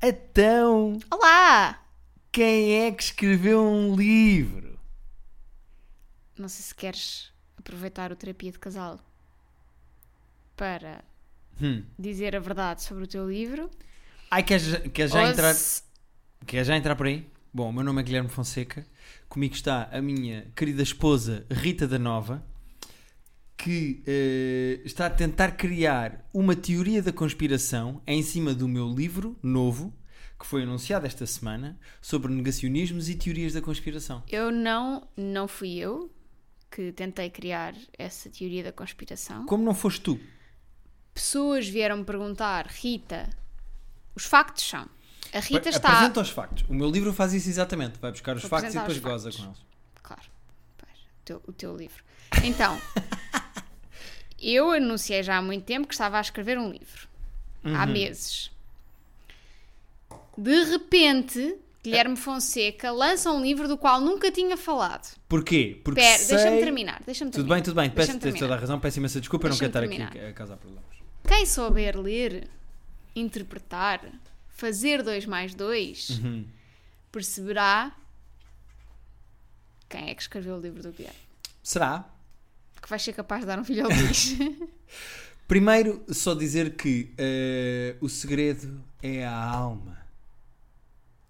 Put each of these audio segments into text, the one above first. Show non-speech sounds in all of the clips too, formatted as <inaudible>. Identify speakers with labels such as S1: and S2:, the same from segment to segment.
S1: Então,
S2: Olá!
S1: quem é que escreveu um livro?
S2: Não sei se queres aproveitar o terapia de casal para
S1: Hum.
S2: dizer a verdade sobre o teu livro.
S1: Ai, queres já- queres já
S2: Ou
S1: entrar?
S2: se-
S1: Quer já entrar por aí? Bom, o meu nome é Guilherme Fonseca. Comigo está a minha querida esposa Rita da Nova, que eh, está a tentar criar uma teoria da conspiração em cima do meu livro novo, que foi anunciado esta semana, sobre negacionismos e teorias da conspiração.
S2: Eu não, não fui eu que tentei criar essa teoria da conspiração.
S1: Como não foste tu?
S2: Pessoas vieram-me perguntar, Rita, os factos são. A Rita
S1: Vai-
S2: está.
S1: Apresenta os factos. O meu livro faz isso exatamente. Vai buscar os
S2: Vou
S1: factos e
S2: apresentar
S1: depois
S2: os
S1: goza
S2: factos.
S1: com eles.
S2: Claro, pois, o teu, o teu livro.
S1: <laughs>
S2: Então, eu anunciei já há muito tempo que estava a escrever um livro. Há
S1: Uhum.
S2: meses. De repente, Guilherme Fonseca lança um livro do qual nunca tinha falado.
S1: Porquê? Porque
S2: Pera,
S1: sei...
S2: deixa-me terminar, deixa-me
S1: Tudo
S2: terminar.
S1: bem, tudo bem. Peço,
S2: Deixa-me
S1: tens toda a
S2: terminar.
S1: razão. Peço imensa desculpa. Eu não quero estar
S2: Deixa-me
S1: aqui
S2: terminar.
S1: a causar problemas.
S2: Quem souber ler, interpretar, fazer dois mais dois,
S1: Uhum.
S2: perceberá quem é que escreveu o livro do Guilherme.
S1: Será?
S2: Que vai ser capaz de dar um filho ao Luís.
S1: <laughs> Primeiro, só dizer que eh, o segredo é a alma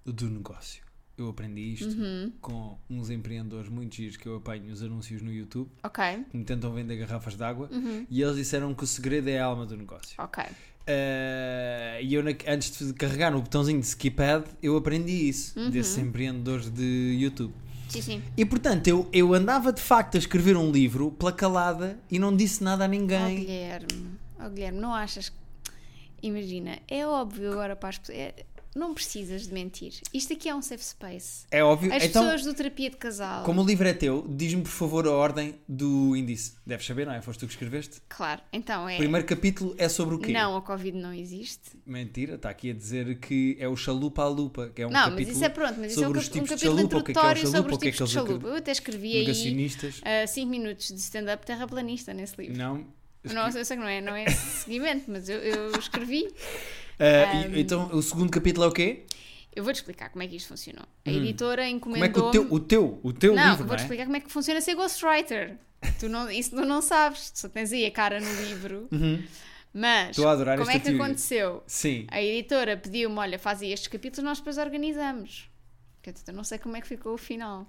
S1: do negócio. Eu aprendi isto
S2: Uhum.
S1: com uns empreendedores muito giros que eu apanho os anúncios no YouTube,
S2: ok,
S1: que me tentam vender garrafas de água,
S2: Uhum.
S1: e eles disseram que o segredo é a alma do negócio.
S2: ok.
S1: Eh, e eu, na- antes de carregar no botãozinho de skipad, eu aprendi isso
S2: Uhum.
S1: desses empreendedores de YouTube.
S2: Sim, sim.
S1: E portanto, eu, eu andava de facto a escrever um livro pela calada e não disse nada a
S2: Ó
S1: ninguém.
S2: Guilherme, ó Guilherme, não achas que... Imagina, é óbvio agora para as pessoas... é- Não precisas de mentir. Isto aqui é um safe space.
S1: É óbvio.
S2: As
S1: então,
S2: pessoas do terapia de casal...
S1: como o livro é teu, diz-me por favor a ordem do índice. Deves saber, não é? Foste tu que escreveste?
S2: Claro, então é...
S1: O primeiro capítulo é sobre o quê? É
S2: Não, a Covid não existe.
S1: Mentira, está aqui a dizer que é o chalupa à lupa, que é um
S2: não,
S1: capítulo
S2: mas isso é pronto. Mas isso é um,
S1: sobre
S2: cap-
S1: os tipos
S2: um
S1: de
S2: capítulo
S1: chalupa, o que é que é o
S2: introdutório sobre
S1: chalupa,
S2: os
S1: o que é
S2: tipos
S1: que
S2: de
S1: eles
S2: chalupa.
S1: acreditam.
S2: Eu até escrevi aí
S1: Negacionistas.
S2: 5 minutos de stand-up terraplanista nesse livro.
S1: Não.
S2: Não, eu sei que não é, não é esse <laughs> seguimento, mas eu, eu escrevi.
S1: Ah,
S2: Ehm,
S1: e- então, o segundo capítulo é o quê?
S2: Eu vou-te explicar como é que isto funcionou. A editora
S1: Como é que o
S2: encomendou-me...
S1: teu, o teu, o teu
S2: não,
S1: livro, não
S2: vou-te
S1: é?
S2: explicar como é que funciona ser ghostwriter. Tu não, isso tu não sabes, só tens aí a cara no
S1: <laughs>
S2: livro. Mas,
S1: Uhum. Estou a adorar
S2: como
S1: esta
S2: é que
S1: teoria.
S2: aconteceu?
S1: Sim.
S2: A editora pediu-me, olha, fazem estes capítulos, nós depois organizamos. Portanto, eu não sei como é que ficou o final.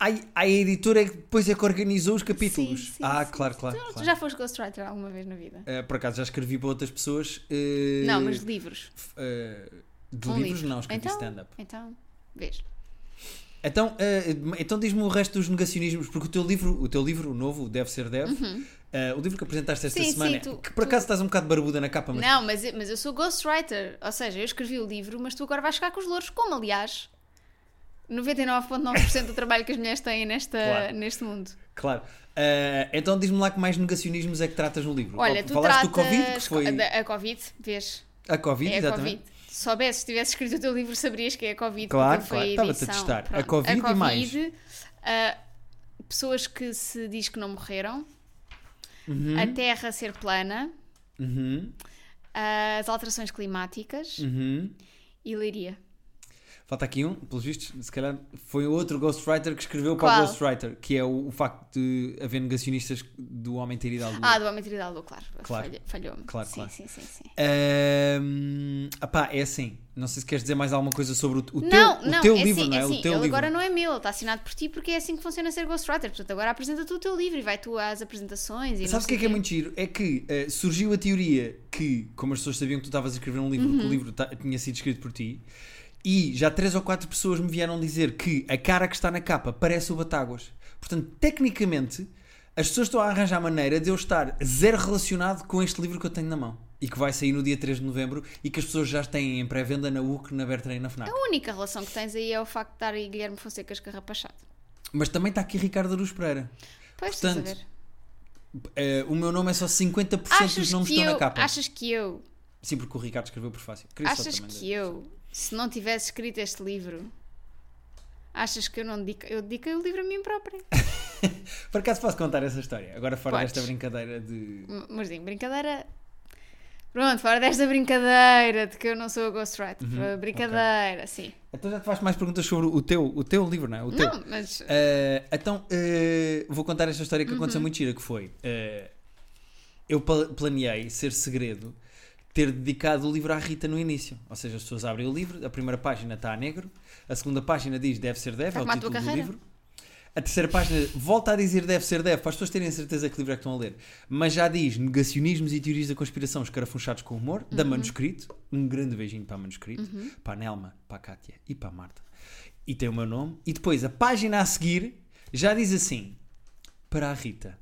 S1: Ai, a editora é que depois é que organizou os capítulos.
S2: Sim, sim,
S1: ah,
S2: sim.
S1: claro, claro.
S2: Tu, tu
S1: claro.
S2: já foste ghostwriter alguma vez na vida?
S1: Eh, por acaso já escrevi para outras pessoas. eh,
S2: Não, mas de livros.
S1: f- eh, de
S2: Um
S1: livros
S2: livro.
S1: não, escrevi
S2: Então?
S1: stand-up.
S2: Então, vês.
S1: Então, eh, então diz-me o resto dos negacionismos, porque o teu livro, o teu livro novo, o Deve Ser Deve, eh, o livro que apresentaste esta
S2: Uhum. Sim, sim,
S1: semana,
S2: tu-
S1: que por acaso estás um bocado barbuda na capa, mas
S2: Não, mas, eu- mas eu sou ghostwriter. Ou seja, eu escrevi o livro, mas tu agora vais ficar com os louros. Como, aliás, 99,9% do trabalho que as mulheres têm nesta,
S1: Claro.
S2: neste mundo.
S1: claro. Eh, então diz-me lá que mais negacionismos é que tratas no livro.
S2: Olha,
S1: Ou-
S2: tu
S1: Falaste
S2: tratas
S1: do Covid, que foi
S2: da- a Covid, vês?
S1: a Covid,
S2: é a
S1: exatamente.
S2: Covid. Se soubesses, se tivesse escrito o teu livro, saberias que é a Covid.
S1: Claro,
S2: porque foi
S1: claro,
S2: a
S1: estava-te a
S2: edição.
S1: testar. A
S2: Pronto.
S1: Covid e
S2: Covid, ah, pessoas que se diz que não morreram. A Terra ser plana.
S1: Uhum,
S2: ah, As alterações climáticas.
S1: uhum.
S2: E leiria.
S1: Falta aqui um, pelos vistos, se calhar foi outro Ghostwriter que escreveu para
S2: Qual?
S1: o Ghostwriter, que é o, o facto de haver negacionistas do homem ter ido à lua.
S2: Ah, do Homem Tridaldo, claro.
S1: Claro.
S2: Falha- Falhou-me.
S1: Claro,
S2: sim,
S1: claro.
S2: sim, sim, sim.
S1: Ahm, apá, é assim. Não sei se queres dizer mais alguma coisa sobre o, o
S2: não,
S1: teu, o
S2: não,
S1: teu
S2: é
S1: livro,
S2: assim,
S1: não é?
S2: é
S1: o
S2: assim.
S1: teu
S2: ele
S1: livro.
S2: agora não é meu, ele está assinado por ti porque é assim que funciona ser ghostwriter. Portanto, agora apresenta tu o teu livro e vai tu às apresentações e não
S1: Sabes o que
S2: sei
S1: é que é muito giro? É que eh, surgiu a teoria que, como as pessoas sabiam que tu estavas a escrever um livro, que
S2: Uhum.
S1: o livro ta- tinha sido escrito por ti, e já três ou quatro pessoas me vieram dizer que a cara que está na capa parece o Batáguas. Portanto, tecnicamente, as pessoas estão a arranjar maneira de eu estar zero relacionado com este livro que eu tenho na mão. E que vai sair no dia 3 de novembro e que as pessoas já têm em pré-venda na UC, na Bertrand e na FNAC.
S2: A única relação que tens aí é o facto de estar aí Guilherme Fonseca escarrapachado.
S1: Mas também está aqui Ricardo Aruz Pereira.
S2: Pois, estás a
S1: Portanto,
S2: ver.
S1: Eh, o meu nome é só 50% dos
S2: Achas
S1: nomes que
S2: que,
S1: estão na
S2: eu,
S1: capa.
S2: achas que eu,
S1: Sim, porque o Ricardo escreveu o prefácio. Queria só
S2: achas
S1: também
S2: que
S1: dizer.
S2: eu, se não tivesse escrito este livro, achas que eu não dedico, eu dediquei o livro a mim própria.
S1: Por acaso posso contar essa história? Agora fora
S2: Podes.
S1: desta brincadeira de...
S2: Mas sim, brincadeira Pronto, fora desta brincadeira de que eu não sou a ghostwriter.
S1: Uhum,
S2: brincadeira, sim.
S1: Então já te faço mais perguntas sobre o teu, o teu livro, não é? O teu.
S2: Não, mas.
S1: Eh, então, eh, vou contar esta história que
S2: Uhum.
S1: aconteceu muito gira, que foi... eh, eu pla- planeei ser segredo ter dedicado o livro à Rita no início. Ou seja, as pessoas abrem o livro, a primeira página está a negro, a segunda página diz deve ser deve,
S2: Está
S1: é o
S2: como a
S1: título
S2: tua
S1: do
S2: carreira.
S1: livro. A terceira página volta a dizer deve ser deve, para as pessoas terem certeza que livro é que estão a ler. Mas já diz negacionismos e teorias da conspiração escarafunchados com humor, da
S2: Uhum.
S1: Manuscrito. Um grande beijinho para a Manuscrito, para a Nelma, para a Kátia e para a Marta. E tem o meu nome. E depois a página a seguir já diz assim: para a Rita,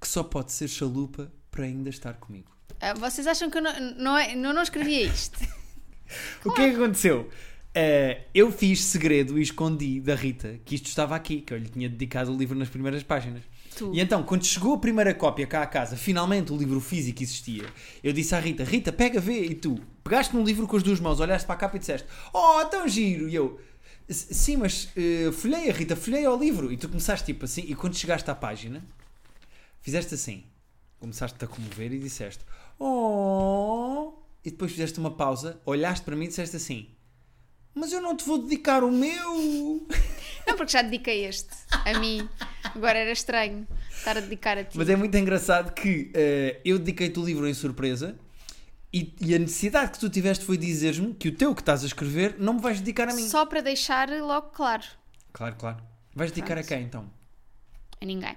S1: que só pode ser chalupa para ainda estar comigo.
S2: ah, Vocês acham que eu não, não, é- não, não escrevia isto? <laughs>
S1: O que é que aconteceu? Eh, eu fiz segredo e escondi da Rita que isto estava aqui, que eu lhe tinha dedicado o livro nas primeiras páginas.
S2: Tu.
S1: E então, quando chegou a primeira cópia cá à casa, finalmente o livro físico existia, eu disse à Rita: Rita, pega, vê. E tu pegaste num livro com as duas mãos, olhaste para a capa e disseste: Oh, tão giro! E eu. "S- Sim, mas eh, folheia, Rita, folheia ao livro. E tu começaste tipo assim, e quando chegaste à página, fizeste assim, começaste-te a comover e disseste Oh! E depois fizeste uma pausa, olhaste para mim e disseste assim Mas eu não te vou dedicar o meu!
S2: Não, porque já dediquei este a mim. Agora era estranho estar a dedicar a ti.
S1: Mas é muito engraçado que eh, eu dediquei-te o livro em surpresa e, e a necessidade que tu tiveste foi dizeres-me que o teu que estás a escrever não me vais dedicar a mim.
S2: Só para deixar logo claro
S1: Claro, claro. Vais dedicar a
S2: Pronto.
S1: quem então?
S2: a ninguém.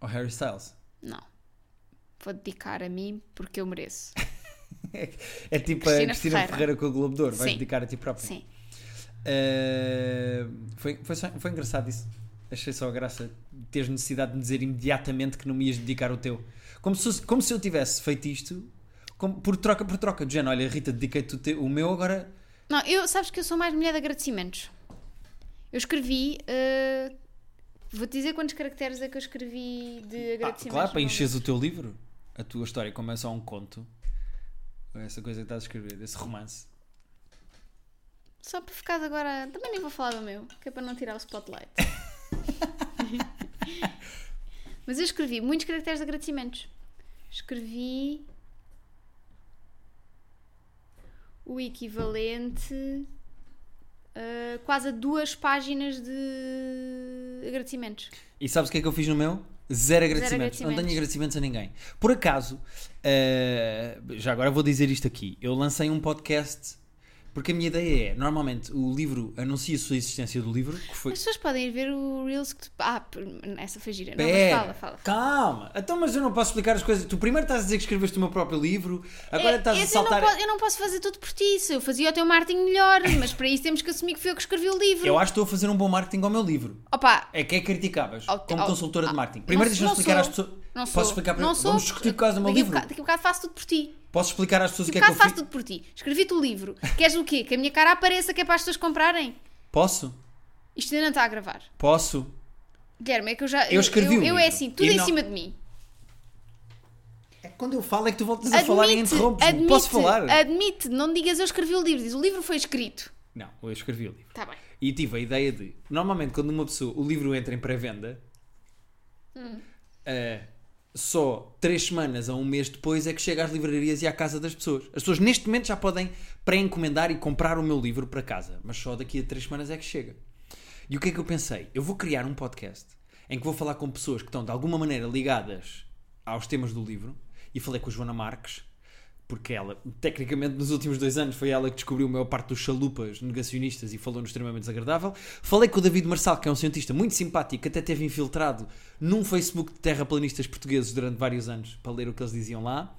S1: Ao Harry Styles. <laughs>
S2: Não. Vou dedicar a mim porque
S1: <laughs>
S2: eu mereço.
S1: É tipo a
S2: Cristina
S1: Cristina Ferreira.
S2: Ferreira.
S1: com o Globo de Ouro. Vais
S2: Sim.
S1: dedicar a ti próprio.
S2: Sim.
S1: Uh, foi, foi, só- foi engraçado isso. Achei só a graça de teres necessidade de me dizer imediatamente que não me ias dedicar o teu. Como se, fosse- como se eu tivesse feito isto como- por troca por troca. Do género, olha, Rita, dediquei-te o, teu- o meu agora.
S2: Não, eu sabes que eu sou mais mulher de agradecimentos. Eu escrevi. eh, Vou-te dizer quantos caracteres é que eu escrevi de
S1: Ah,
S2: agradecimentos.
S1: claro, para
S2: não?
S1: encheres o teu livro. A tua história, como é só um conto. é Essa coisa que estás a escrever, esse romance.
S2: Só para ficar agora. Também nem vou falar do meu, que é para não tirar
S1: <laughs>
S2: o spotlight. Mas eu escrevi muitos caracteres de agradecimentos. Escrevi. O equivalente. a quase a duas páginas de agradecimentos.
S1: E sabes o que é que eu fiz no meu? Zero agradecimentos. Não
S2: agradecimentos.
S1: tenho agradecimentos a ninguém. Por acaso, eh, já agora vou dizer isto aqui. Eu lancei um podcast porque a minha ideia é, normalmente, o livro anuncia a sua existência do livro, que foi.
S2: As pessoas podem ir ver o Reels que tu. Ah, por- essa foi gira. Não, mas
S1: Pera,
S2: fala, fala.
S1: Calma! Então, mas eu não posso explicar as coisas. Tu primeiro estás a dizer que escreveste o meu próprio livro, agora
S2: É,
S1: estás a
S2: esse eu não
S1: saltar.
S2: po- Eu não, posso fazer tudo por ti. Se eu fazia o teu marketing melhor, mas para isso temos que assumir que foi eu que escrevi o livro.
S1: Eu acho que estou a fazer um bom marketing ao meu livro.
S2: Opa,
S1: É que é criticáveis,
S2: Ao-
S1: como
S2: ao- ah,
S1: consultora de marketing.
S2: não
S1: Primeiro deixa-me
S2: sou- não
S1: explicar às
S2: sou.
S1: pessoas.
S2: não sou.
S1: Posso explicar
S2: não
S1: primeiro?
S2: sou.
S1: Vamos discutir por causa do meu
S2: daqui a
S1: livro.
S2: bocado- daqui a bocado faço tudo por ti.
S1: Posso explicar às pessoas o
S2: Daqui
S1: que
S2: a
S1: é que
S2: bocado
S1: eu
S2: faço
S1: fiz?
S2: tudo por ti. Escrevi-te o livro. Queres o quê? Que a minha cara apareça que é para as pessoas comprarem?
S1: Posso?
S2: Isto ainda não está a gravar.
S1: Posso?
S2: Guilherme, é que eu já.
S1: Eu escrevi
S2: Eu,
S1: o
S2: eu
S1: livro.
S2: é assim, tudo
S1: E
S2: em
S1: não-
S2: cima de mim.
S1: É que quando eu falo é que tu voltas a
S2: Admite,
S1: falar e interrompes.
S2: admite,
S1: Posso falar?
S2: Admite, não digas eu escrevi o livro. Diz o livro foi escrito.
S1: Não, eu escrevi o livro.
S2: Está bem.
S1: E tive a ideia de. Normalmente, quando uma pessoa. O livro entra em pré-venda.
S2: Hum.
S1: eh, só três semanas a um mês depois é que chega às livrarias e à casa das pessoas. As pessoas neste momento já podem pré-encomendar e comprar o meu livro para casa, mas só daqui a três semanas é que chega. E o que é que eu pensei? Eu vou criar um podcast em que vou falar com pessoas que estão de alguma maneira ligadas aos temas do livro e falei com a Joana Marques, porque ela, tecnicamente, nos últimos dois anos foi ela que descobriu a maior parte dos chalupas negacionistas e falou-nos extremamente desagradável. Falei com o David Marçal, que é um cientista muito simpático, que até teve infiltrado num Facebook de terraplanistas portugueses durante vários anos para ler o que eles diziam lá.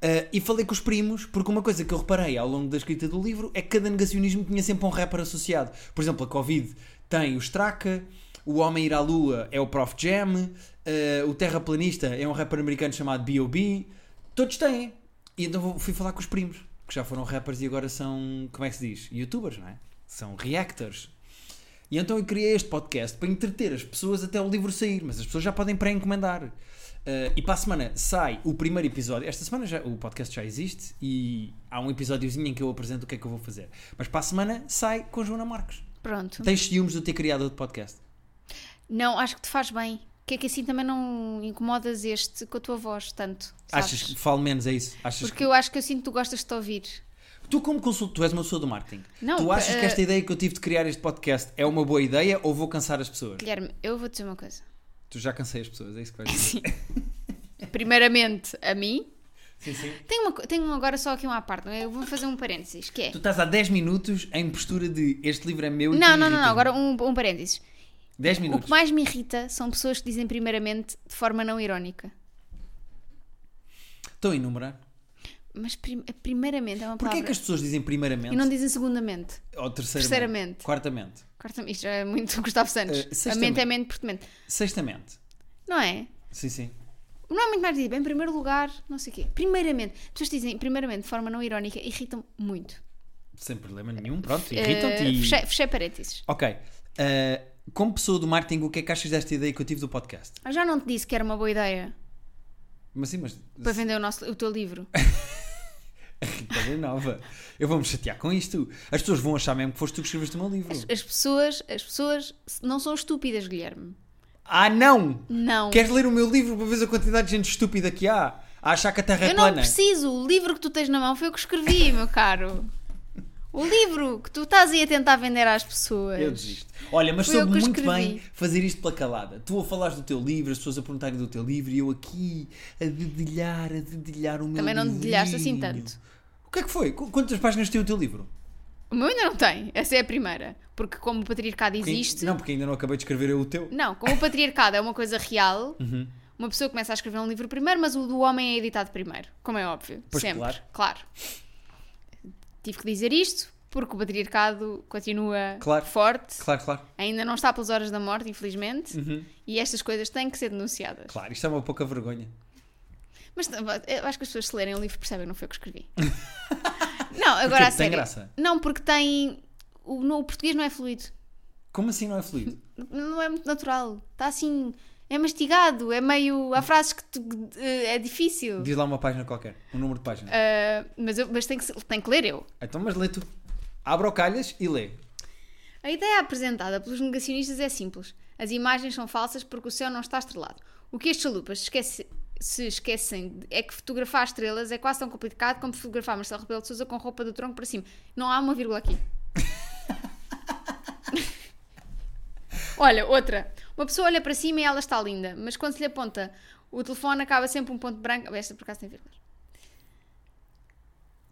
S1: Ah, e falei com os primos, porque uma coisa que eu reparei ao longo da escrita do livro é que cada negacionismo tinha sempre um rapper associado. Por exemplo, a Covid tem o Straka, o Homem Ir à Lua é o Prof Jam, ah, o Terraplanista é um rapper americano chamado B.O.B. Todos têm. E então vou- fui falar com os primos, que já foram rappers e agora são, como é que se diz? Youtubers, não é? São reactors. E então eu criei este podcast para entreter as pessoas até o livro sair, mas as pessoas já podem pré-encomendar. Ah, e para a semana sai o primeiro episódio. Esta semana já, o podcast já existe e há um episódiozinho em que eu apresento o que é que eu vou fazer. Mas para a semana sai com a Joana Marques.
S2: Pronto.
S1: Tens ciúmes de eu ter criado outro podcast?
S2: Não, acho que te faz bem. que é que assim também não incomodas este com a tua voz tanto. Sabes?
S1: Achas que falo menos, é isso? Achas
S2: Porque eu acho que eu sinto que tu gostas de te ouvir.
S1: que... Tu, como consultor, tu és uma pessoa do marketing.
S2: Não,
S1: tu achas
S2: eh,
S1: que esta ideia que eu tive de criar este podcast é uma boa ideia ou vou cansar as pessoas?
S2: Guilherme, eu vou dizer uma coisa.
S1: Tu já cansei as pessoas, é isso que vais dizer.
S2: Sim. Primeiramente, a mim.
S1: <laughs> Sim, sim.
S2: Tenho, uma co- tenho agora só aqui uma parte, não é? eu vou fazer um parênteses, que é...
S1: Tu estás há 10 minutos em postura de este livro é meu e tu
S2: Não, não, não, não,
S1: irritas-me.
S2: agora um, um parênteses.
S1: 10
S2: O que
S1: minutos.
S2: mais me irrita são pessoas que dizem primeiramente de forma não irónica.
S1: Estou a enumerar.
S2: Mas prim- primeiramente é uma
S1: Porquê
S2: palavra...
S1: é que as pessoas dizem primeiramente?
S2: E não dizem segundamente.
S1: Ou terceiramente?
S2: Terceiramente.
S1: Quartamente.
S2: Corta-me, isto já é muito <laughs> Gustavo Santos.
S1: Eh, sextamente.
S2: a mente é mente, porque mente.
S1: Sextamente.
S2: Não é?
S1: Sim, sim.
S2: Não há muito mais a dizer. Em primeiro lugar, não sei o quê. Primeiramente. As pessoas dizem primeiramente de forma não irónica, irritam-me muito.
S1: Sem problema nenhum, pronto.
S2: Eh,
S1: Irritam-te e-
S2: fechei, fechei parênteses.
S1: Ok. eh, como pessoa do marketing, o que é que achas desta ideia que eu tive do podcast?
S2: Eu já não te disse que era uma boa ideia
S1: Mas sim, mas. <laughs>
S2: para vender o, nosso, o teu livro.
S1: É. Rita é nova. Eu vou-me chatear com isto. As pessoas vão achar mesmo que foste tu que escreveste o meu livro.
S2: As pessoas, as pessoas não são estúpidas, Guilherme.
S1: Ah, não!
S2: Não.
S1: Queres ler o meu livro para ver a quantidade de gente estúpida que há? A achar que a Terra é
S2: Eu não
S1: plana?
S2: preciso. O livro que tu tens na mão foi o que escrevi, meu caro. O livro que tu estás aí a tentar vender às pessoas.
S1: Eu desisto. Olha, mas
S2: Foi eu
S1: soube
S2: que
S1: muito
S2: escrevi.
S1: bem fazer isto pela calada. Tu a falares do teu livro, as pessoas a perguntarem do teu livro e eu aqui a dedilhar, a dedilhar o meu
S2: Também não
S1: livrinho.
S2: dedilhaste assim tanto.
S1: O que é que foi? Qu- Quantas páginas tem o teu livro?
S2: O meu ainda não tem. Essa é a primeira. Porque como o patriarcado
S1: Porque-
S2: existe...
S1: Não, porque ainda não acabei de escrever eu o teu.
S2: Não, como o patriarcado é uma coisa real,
S1: Uhum.
S2: uma pessoa começa a escrever um livro primeiro, mas o do homem é editado primeiro, como é óbvio.
S1: Pois,
S2: sempre.
S1: claro.
S2: Tive que dizer isto porque o patriarcado continua
S1: Claro.
S2: forte,
S1: Claro, claro.
S2: ainda não está pelas horas da morte, infelizmente,
S1: Uhum.
S2: e estas coisas têm que ser denunciadas.
S1: Claro, isto é uma pouca vergonha.
S2: Mas t- eu acho que as pessoas se lerem o livro percebem, não foi eu que
S1: <laughs>
S2: escrevi. não,
S1: Porquê?
S2: agora a
S1: Tem
S2: sério.
S1: graça?
S2: Não, porque tem. O, no- o português não é fluido.
S1: Como assim não é
S2: <laughs>
S1: fluido?
S2: Não é muito natural. Está assim. É mastigado. É meio. Há frases que tu- eh, é difícil.
S1: Diz lá uma página qualquer, um número de página.
S2: Ah, mas eu, mas tem, que, se- tem que ler eu.
S1: Então, mas lê tu. Abre o calhas e lê.
S2: A ideia apresentada pelos negacionistas é simples. As imagens são falsas porque o céu não está estrelado. O que estes chalupas esquece- se esquecem de- é que fotografar estrelas é quase tão complicado como fotografar Marcelo Rebelo de Sousa com roupa do tronco para cima. Não há uma vírgula aqui. olha, outra. Uma pessoa olha para cima e ela está linda, mas quando se lhe aponta o telefone acaba sempre um ponto branco. Esta por acaso tem vírgulas.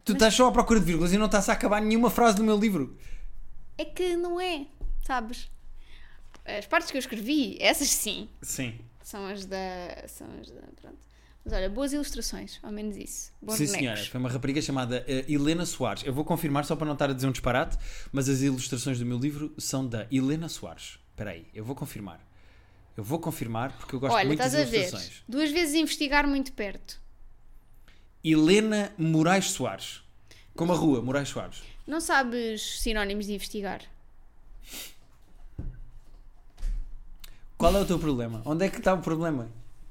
S1: Tu estás só à procura de vírgulas e não estás a acabar nenhuma frase do meu livro.
S2: É que não é, sabes? As partes que eu escrevi, essas sim.
S1: Sim.
S2: São as da. São as da. Pronto. Mas olha, boas ilustrações, ao menos isso. Bons
S1: Sim, senhora.
S2: bonecos.
S1: Foi uma rapariga chamada eh, Helena Soares. Eu vou confirmar só para não estar a dizer um disparate, mas as ilustrações do meu livro são da Helena Soares. Espera aí, eu vou confirmar. Eu vou confirmar porque eu gosto
S2: olha,
S1: muito das
S2: estás a ver.
S1: ilustrações.
S2: Duas vezes investigar muito perto.
S1: Helena Moraes Soares. Como a rua, Moraes Soares.
S2: Não sabes sinónimos de investigar?
S1: Qual é o teu problema? Onde é que está o problema?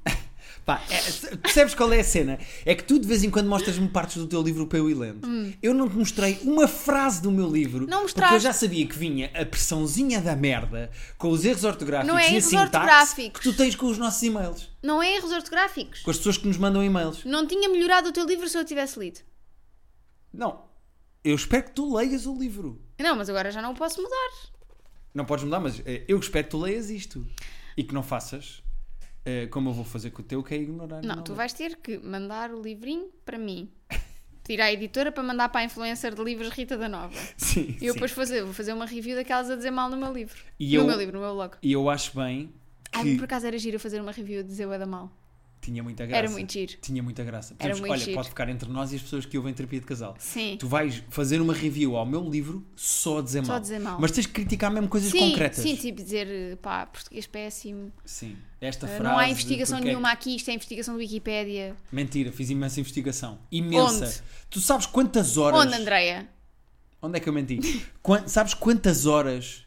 S1: <laughs> Pá, é, se- percebes qual é a cena? É que tu de vez em quando mostras-me partes do teu livro para eu ir lendo. Eu não te mostrei uma frase do meu livro
S2: Hum. Não
S1: porque eu
S2: mostraste.
S1: já sabia que vinha a pressãozinha da merda com os erros ortográficos
S2: Não é
S1: e
S2: erros
S1: a sintaxe
S2: ortográficos.
S1: que tu tens com os nossos e-mails.
S2: Não é erros ortográficos.
S1: Com as pessoas que nos mandam e-mails.
S2: Não tinha melhorado o teu livro se eu tivesse lido.
S1: Não. Eu espero que tu leias o livro.
S2: Não, mas agora já não o posso mudar.
S1: Não podes mudar, mas eh, eu espero que tu leias isto. E que não faças eh, como eu vou fazer com o teu, que é ignorar. e
S2: Não, tu
S1: ler.
S2: vais ter que mandar o livrinho para mim. Pedir à editora para mandar para a influencer de livros Rita da Nova.
S1: <laughs> Sim,
S2: E
S1: sim.
S2: eu depois fazer, vou fazer uma review daquelas a dizer mal no meu livro.
S1: E
S2: no
S1: eu-
S2: meu livro, no meu blog.
S1: E eu acho bem que...
S2: Ai, por acaso era giro eu fazer uma review de dizer o da mal.
S1: Tinha muita graça.
S2: Era muito giro.
S1: Tinha muita graça.
S2: Era
S1: Percebes?
S2: muito
S1: Olha,
S2: giro.
S1: pode ficar entre nós e as pessoas que ouvem terapia de casal.
S2: Sim.
S1: Tu vais fazer uma review ao meu livro só a dizer
S2: Só
S1: mal.
S2: a dizer mal.
S1: Mas tens que criticar mesmo coisas
S2: sim,
S1: concretas.
S2: sim, tipo dizer, pá, português péssimo.
S1: Sim. Esta
S2: eh,
S1: frase.
S2: não há
S1: de
S2: investigação
S1: porque é que-
S2: nenhuma aqui, isto é investigação do Wikipédia.
S1: Mentira, fiz imensa investigação. Imensa.
S2: Onde?
S1: Tu sabes quantas horas.
S2: Onde, Andreia?
S1: Onde é que eu menti? <laughs> Quan- Sabes quantas horas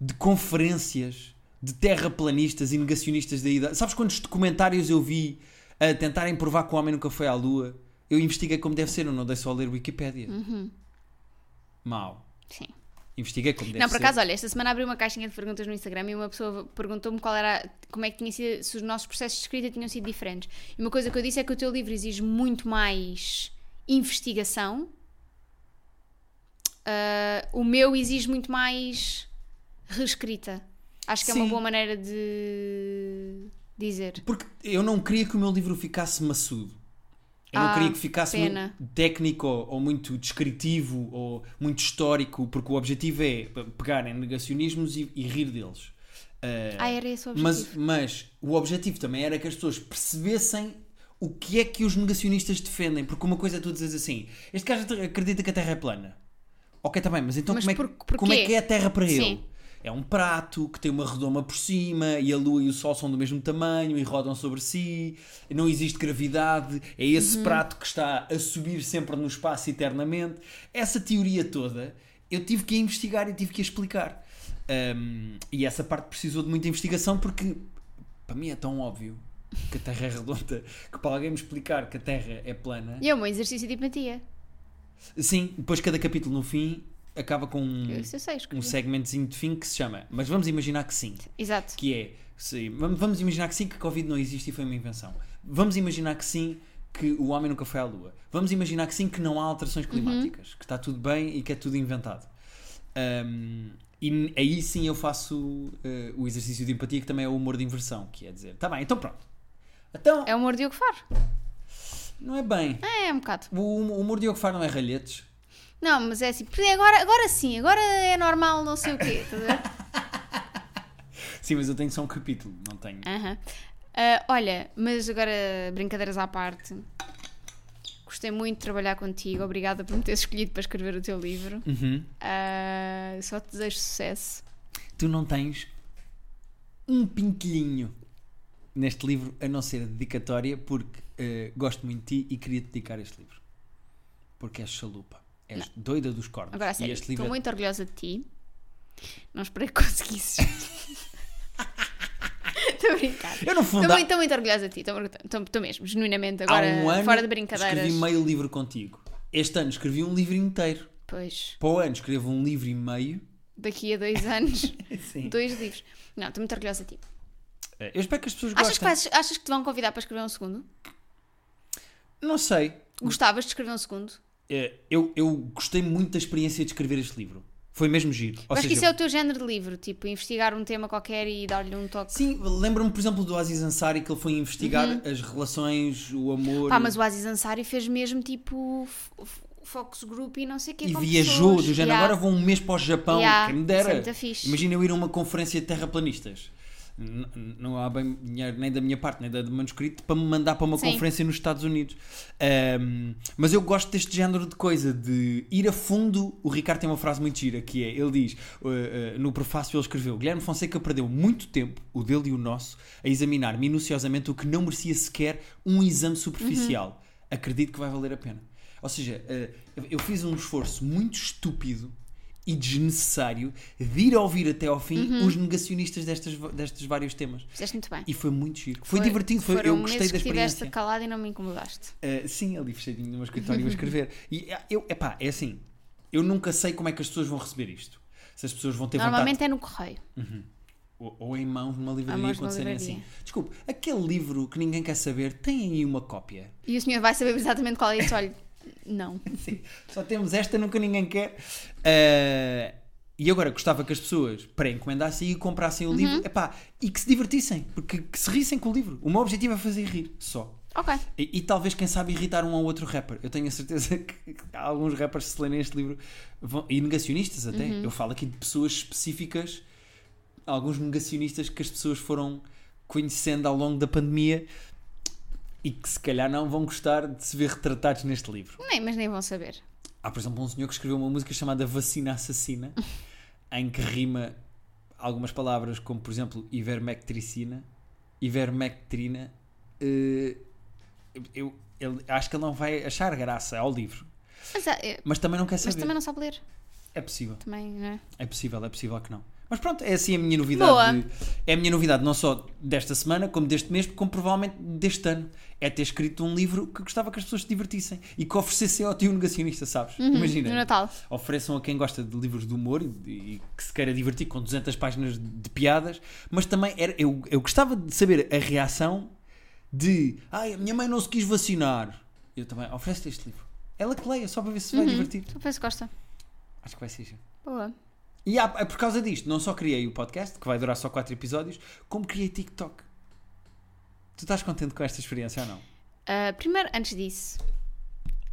S1: de conferências de terraplanistas e negacionistas da idade? Sabes quantos documentários eu vi a tentarem provar que o homem nunca foi à lua?
S2: Uhum.
S1: Eu investiguei como deve ser, eu não dei só a ler Wikipédia. Mau.
S2: Sim.
S1: Investiguei como deve
S2: não, por
S1: ser.
S2: acaso, olha, esta semana abri uma caixinha de perguntas no Instagram e uma pessoa perguntou-me qual era, como é que tinha sido, se os nossos processos de escrita tinham sido diferentes. E uma coisa que eu disse é que o teu livro exige muito mais investigação. Ah, o meu exige muito mais reescrita. Acho que é uma
S1: Sim.
S2: boa maneira de dizer.
S1: Porque eu não queria que o meu livro ficasse maçudo. Eu não
S2: Ah,
S1: queria que ficasse
S2: pena.
S1: muito técnico ou, ou muito descritivo ou muito histórico, porque o objetivo é pegar em negacionismos e, e rir deles. Ah,
S2: Ah, era esse o objetivo.
S1: mas, mas o objetivo também era que as pessoas percebessem o que é que os negacionistas defendem. Porque uma coisa é tu dizes assim: este gajo acredita que a Terra é plana. Ok, está bem, mas então
S2: Mas
S1: como, é,
S2: por-
S1: que- como é
S2: porquê?
S1: que é a Terra para ele?
S2: Sim.
S1: É um prato que tem uma redoma por cima e a Lua e o Sol são do mesmo tamanho e rodam sobre si. Não existe gravidade. É
S2: Uhum.
S1: esse prato que está a subir sempre no espaço eternamente. Essa teoria toda eu tive que investigar e tive que a explicar. Ahm, e essa parte precisou de muita investigação porque para mim é tão óbvio que a Terra é redonda que para alguém me explicar que a Terra é plana.
S2: E é um bom exercício de empatia.
S1: Sim, depois cada capítulo no fim acaba com um,
S2: Eu, isso eu sei, escrevi.
S1: um segmentozinho de fim que se chama Mas vamos imaginar que sim.
S2: Exato.
S1: Que é, se- vamos vamos imaginar que sim, que Covid não existe e foi uma invenção. Vamos imaginar que sim, que o homem nunca foi à Lua. Vamos imaginar que sim, que não há
S2: Uhum.
S1: alterações climáticas, que está tudo bem e que é tudo inventado. Ahm, e n- aí sim eu faço eh, o exercício de empatia, que também é o humor de inversão, que é dizer, tá bem, então pronto. Então,
S2: É o humor de Diogo Faro.
S1: não é bem.
S2: É, é um bocado.
S1: O hum- o humor de Diogo Faro não é ralhetes.
S2: Não, mas é assim, porque agora, agora sim, agora é normal, não sei o quê. estás a ver?
S1: <laughs> Sim, mas eu tenho só um capítulo, não tenho.
S2: Aham. Ah, olha, mas agora brincadeiras à parte. Gostei muito de trabalhar contigo. Obrigada por me teres escolhido para escrever o teu livro.
S1: Uhum.
S2: Ah, só te desejo sucesso.
S1: tu não tens um pinquinho neste livro a não ser a dedicatória porque eh, gosto muito de ti e queria te dedicar este livro porque és chalupa és doida dos cornos
S2: Agora, a
S1: e
S2: sério,
S1: este
S2: estou
S1: livro é-
S2: muito orgulhosa de ti. Não esperei que <laughs> conseguisses.
S1: <laughs>
S2: Estou a brincar.
S1: eu no fundo
S2: Estou
S1: há,
S2: muito, estou muito orgulhosa de ti. Estou- Estou estou mesmo, genuinamente.
S1: há
S2: Agora,
S1: um ano
S2: fora de brincadeiras.
S1: escrevi meio livro contigo este ano escrevi um livro inteiro
S2: Pois,
S1: para o ano escrevo um livro e meio
S2: daqui a dois anos,
S1: <laughs> Sim.
S2: dois livros. Não, estou muito orgulhosa de ti.
S1: Eh, eu espero que as pessoas
S2: Achas que,
S1: gostem
S2: vais- achas que te vão convidar para escrever um segundo?
S1: não sei
S2: Gostavas de escrever um segundo?
S1: Eh, eu, eu gostei muito da experiência de escrever este livro foi mesmo giro Ou
S2: Acho
S1: seja,
S2: que isso é o teu género de livro, tipo, investigar um tema qualquer e dar-lhe um toque.
S1: Sim, lembro-me, por exemplo, do Aziz Ansari que ele foi investigar as relações, o amor
S2: Uhum. Pá, mas o Aziz Ansari fez mesmo tipo f- f- focus group e não sei o que
S1: e viajou do género. Agora vou um mês para o Japão,
S2: Yeah,
S1: quem me dera.
S2: isso é muito fixe.
S1: Imagina eu ir a uma conferência de terraplanistas. N- n- não há bem dinheiro nem da minha parte, nem da do manuscrito, para me mandar para uma
S2: Sim.
S1: conferência nos Estados Unidos. Ahm, mas eu gosto deste género de coisa, de ir a fundo. O Ricardo tem uma frase muito gira que é: ele diz, uh, uh, no prefácio, ele escreveu: Guilherme Fonseca perdeu muito tempo, o dele e o nosso, a examinar minuciosamente o que não merecia sequer um exame superficial.
S2: Uhum.
S1: Acredito que vai valer a pena. Ou seja, uh, eu fiz um esforço muito estúpido e desnecessário de ir ouvir até ao fim
S2: Uhum.
S1: os negacionistas destas, destes vários temas.
S2: Fizeste muito bem.
S1: E foi muito giro. Foi,
S2: Foi-
S1: divertido, foi,
S2: foram
S1: eu gostei da
S2: meses que estiveste
S1: experiência.
S2: calado e não me incomodaste.
S1: Ah, sim, ali fechadinho no meu escritório a escrever. E ah, eu, epá, é assim, eu nunca sei como é que as pessoas vão receber isto. Se as pessoas vão ter vontade
S2: Normalmente é no correio.
S1: ou, ou em mãos numa livraria
S2: mãos
S1: quando
S2: numa
S1: serem assim.
S2: livraria.
S1: Desculpe, aquele livro que ninguém quer saber, tem aí uma cópia. <laughs>
S2: E o senhor vai saber exatamente qual é esse olho. Não.
S1: Sim, só temos esta, nunca ninguém quer. Ah, e agora gostava que as pessoas pré-encomendassem e comprassem o livro
S2: Uhum.
S1: epá, e que se divertissem, porque que se rissem com o livro. O meu objetivo é fazer rir, só.
S2: Ok.
S1: E, e talvez, quem sabe, irritar um ao outro rapper. Eu tenho a certeza <laughs> que alguns rappers, se lerem este livro, vão- e negacionistas até. Eu falo aqui de pessoas específicas, alguns negacionistas que as pessoas foram conhecendo ao longo da pandemia e que, se calhar, não vão gostar de se ver retratados neste livro.
S2: Nem, mas nem vão saber.
S1: Há, por exemplo, um senhor que escreveu uma música chamada Vacina Assassina, em que rima algumas palavras como, por exemplo, ivermectricina, ivermectrina. eh, eu, ele- acho que ele não vai achar graça ao livro,
S2: Mas, ah, é-
S1: mas também não quer
S2: mas
S1: saber.
S2: também não sabe ler.
S1: É possível,
S2: Também, não é?
S1: é possível, é possível que não. Mas pronto, é assim a minha novidade.
S2: Boa.
S1: É a minha novidade não só desta semana, como deste mês, como provavelmente deste ano. É ter escrito um livro que gostava que as pessoas se divertissem e que oferecessem ao tio negacionista, sabes? Imagina.
S2: Uhum. no Natal.
S1: Ofereçam a quem gosta de livros de humor e, e que se queira divertir com 200 páginas de piadas, mas também era, eu, eu gostava de saber a reação de ai, a minha mãe não se quis vacinar. Eu também ofereço-te este livro. Ela que leia, só para ver se se vai divertir.
S2: Uhum. Só penso que gosta.
S1: Acho que vai ser giro.
S2: Boa.
S1: E há- é por causa disto, não só criei o podcast, que vai durar só 4 episódios, como criei TikTok. Tu estás contente com esta experiência ou não?
S2: Ah, primeiro, antes disso,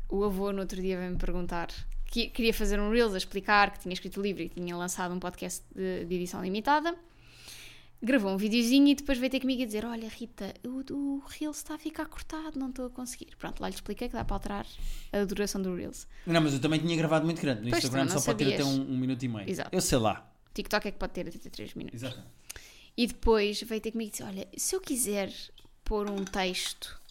S2: o avô no outro dia veio-me perguntar que queria fazer um Reels a explicar que tinha escrito o livro e tinha lançado um podcast de, de edição limitada. Gravou um videozinho e depois veio ter comigo a dizer: Olha, Rita, o, o Reels está a ficar cortado, não estou a conseguir. Pronto, lá lhe expliquei que dá para alterar a duração do Reels.
S1: Não, mas eu também tinha gravado muito grande. No
S2: Pois,
S1: Instagram
S2: tu não
S1: só pode ter até
S2: sabias.
S1: um, um minuto e meio.
S2: Exato.
S1: Eu sei lá.
S2: TikTok é que pode ter até 3 minutos.
S1: Exatamente.
S2: E depois veio ter comigo e disse: Olha, se eu quiser pôr um texto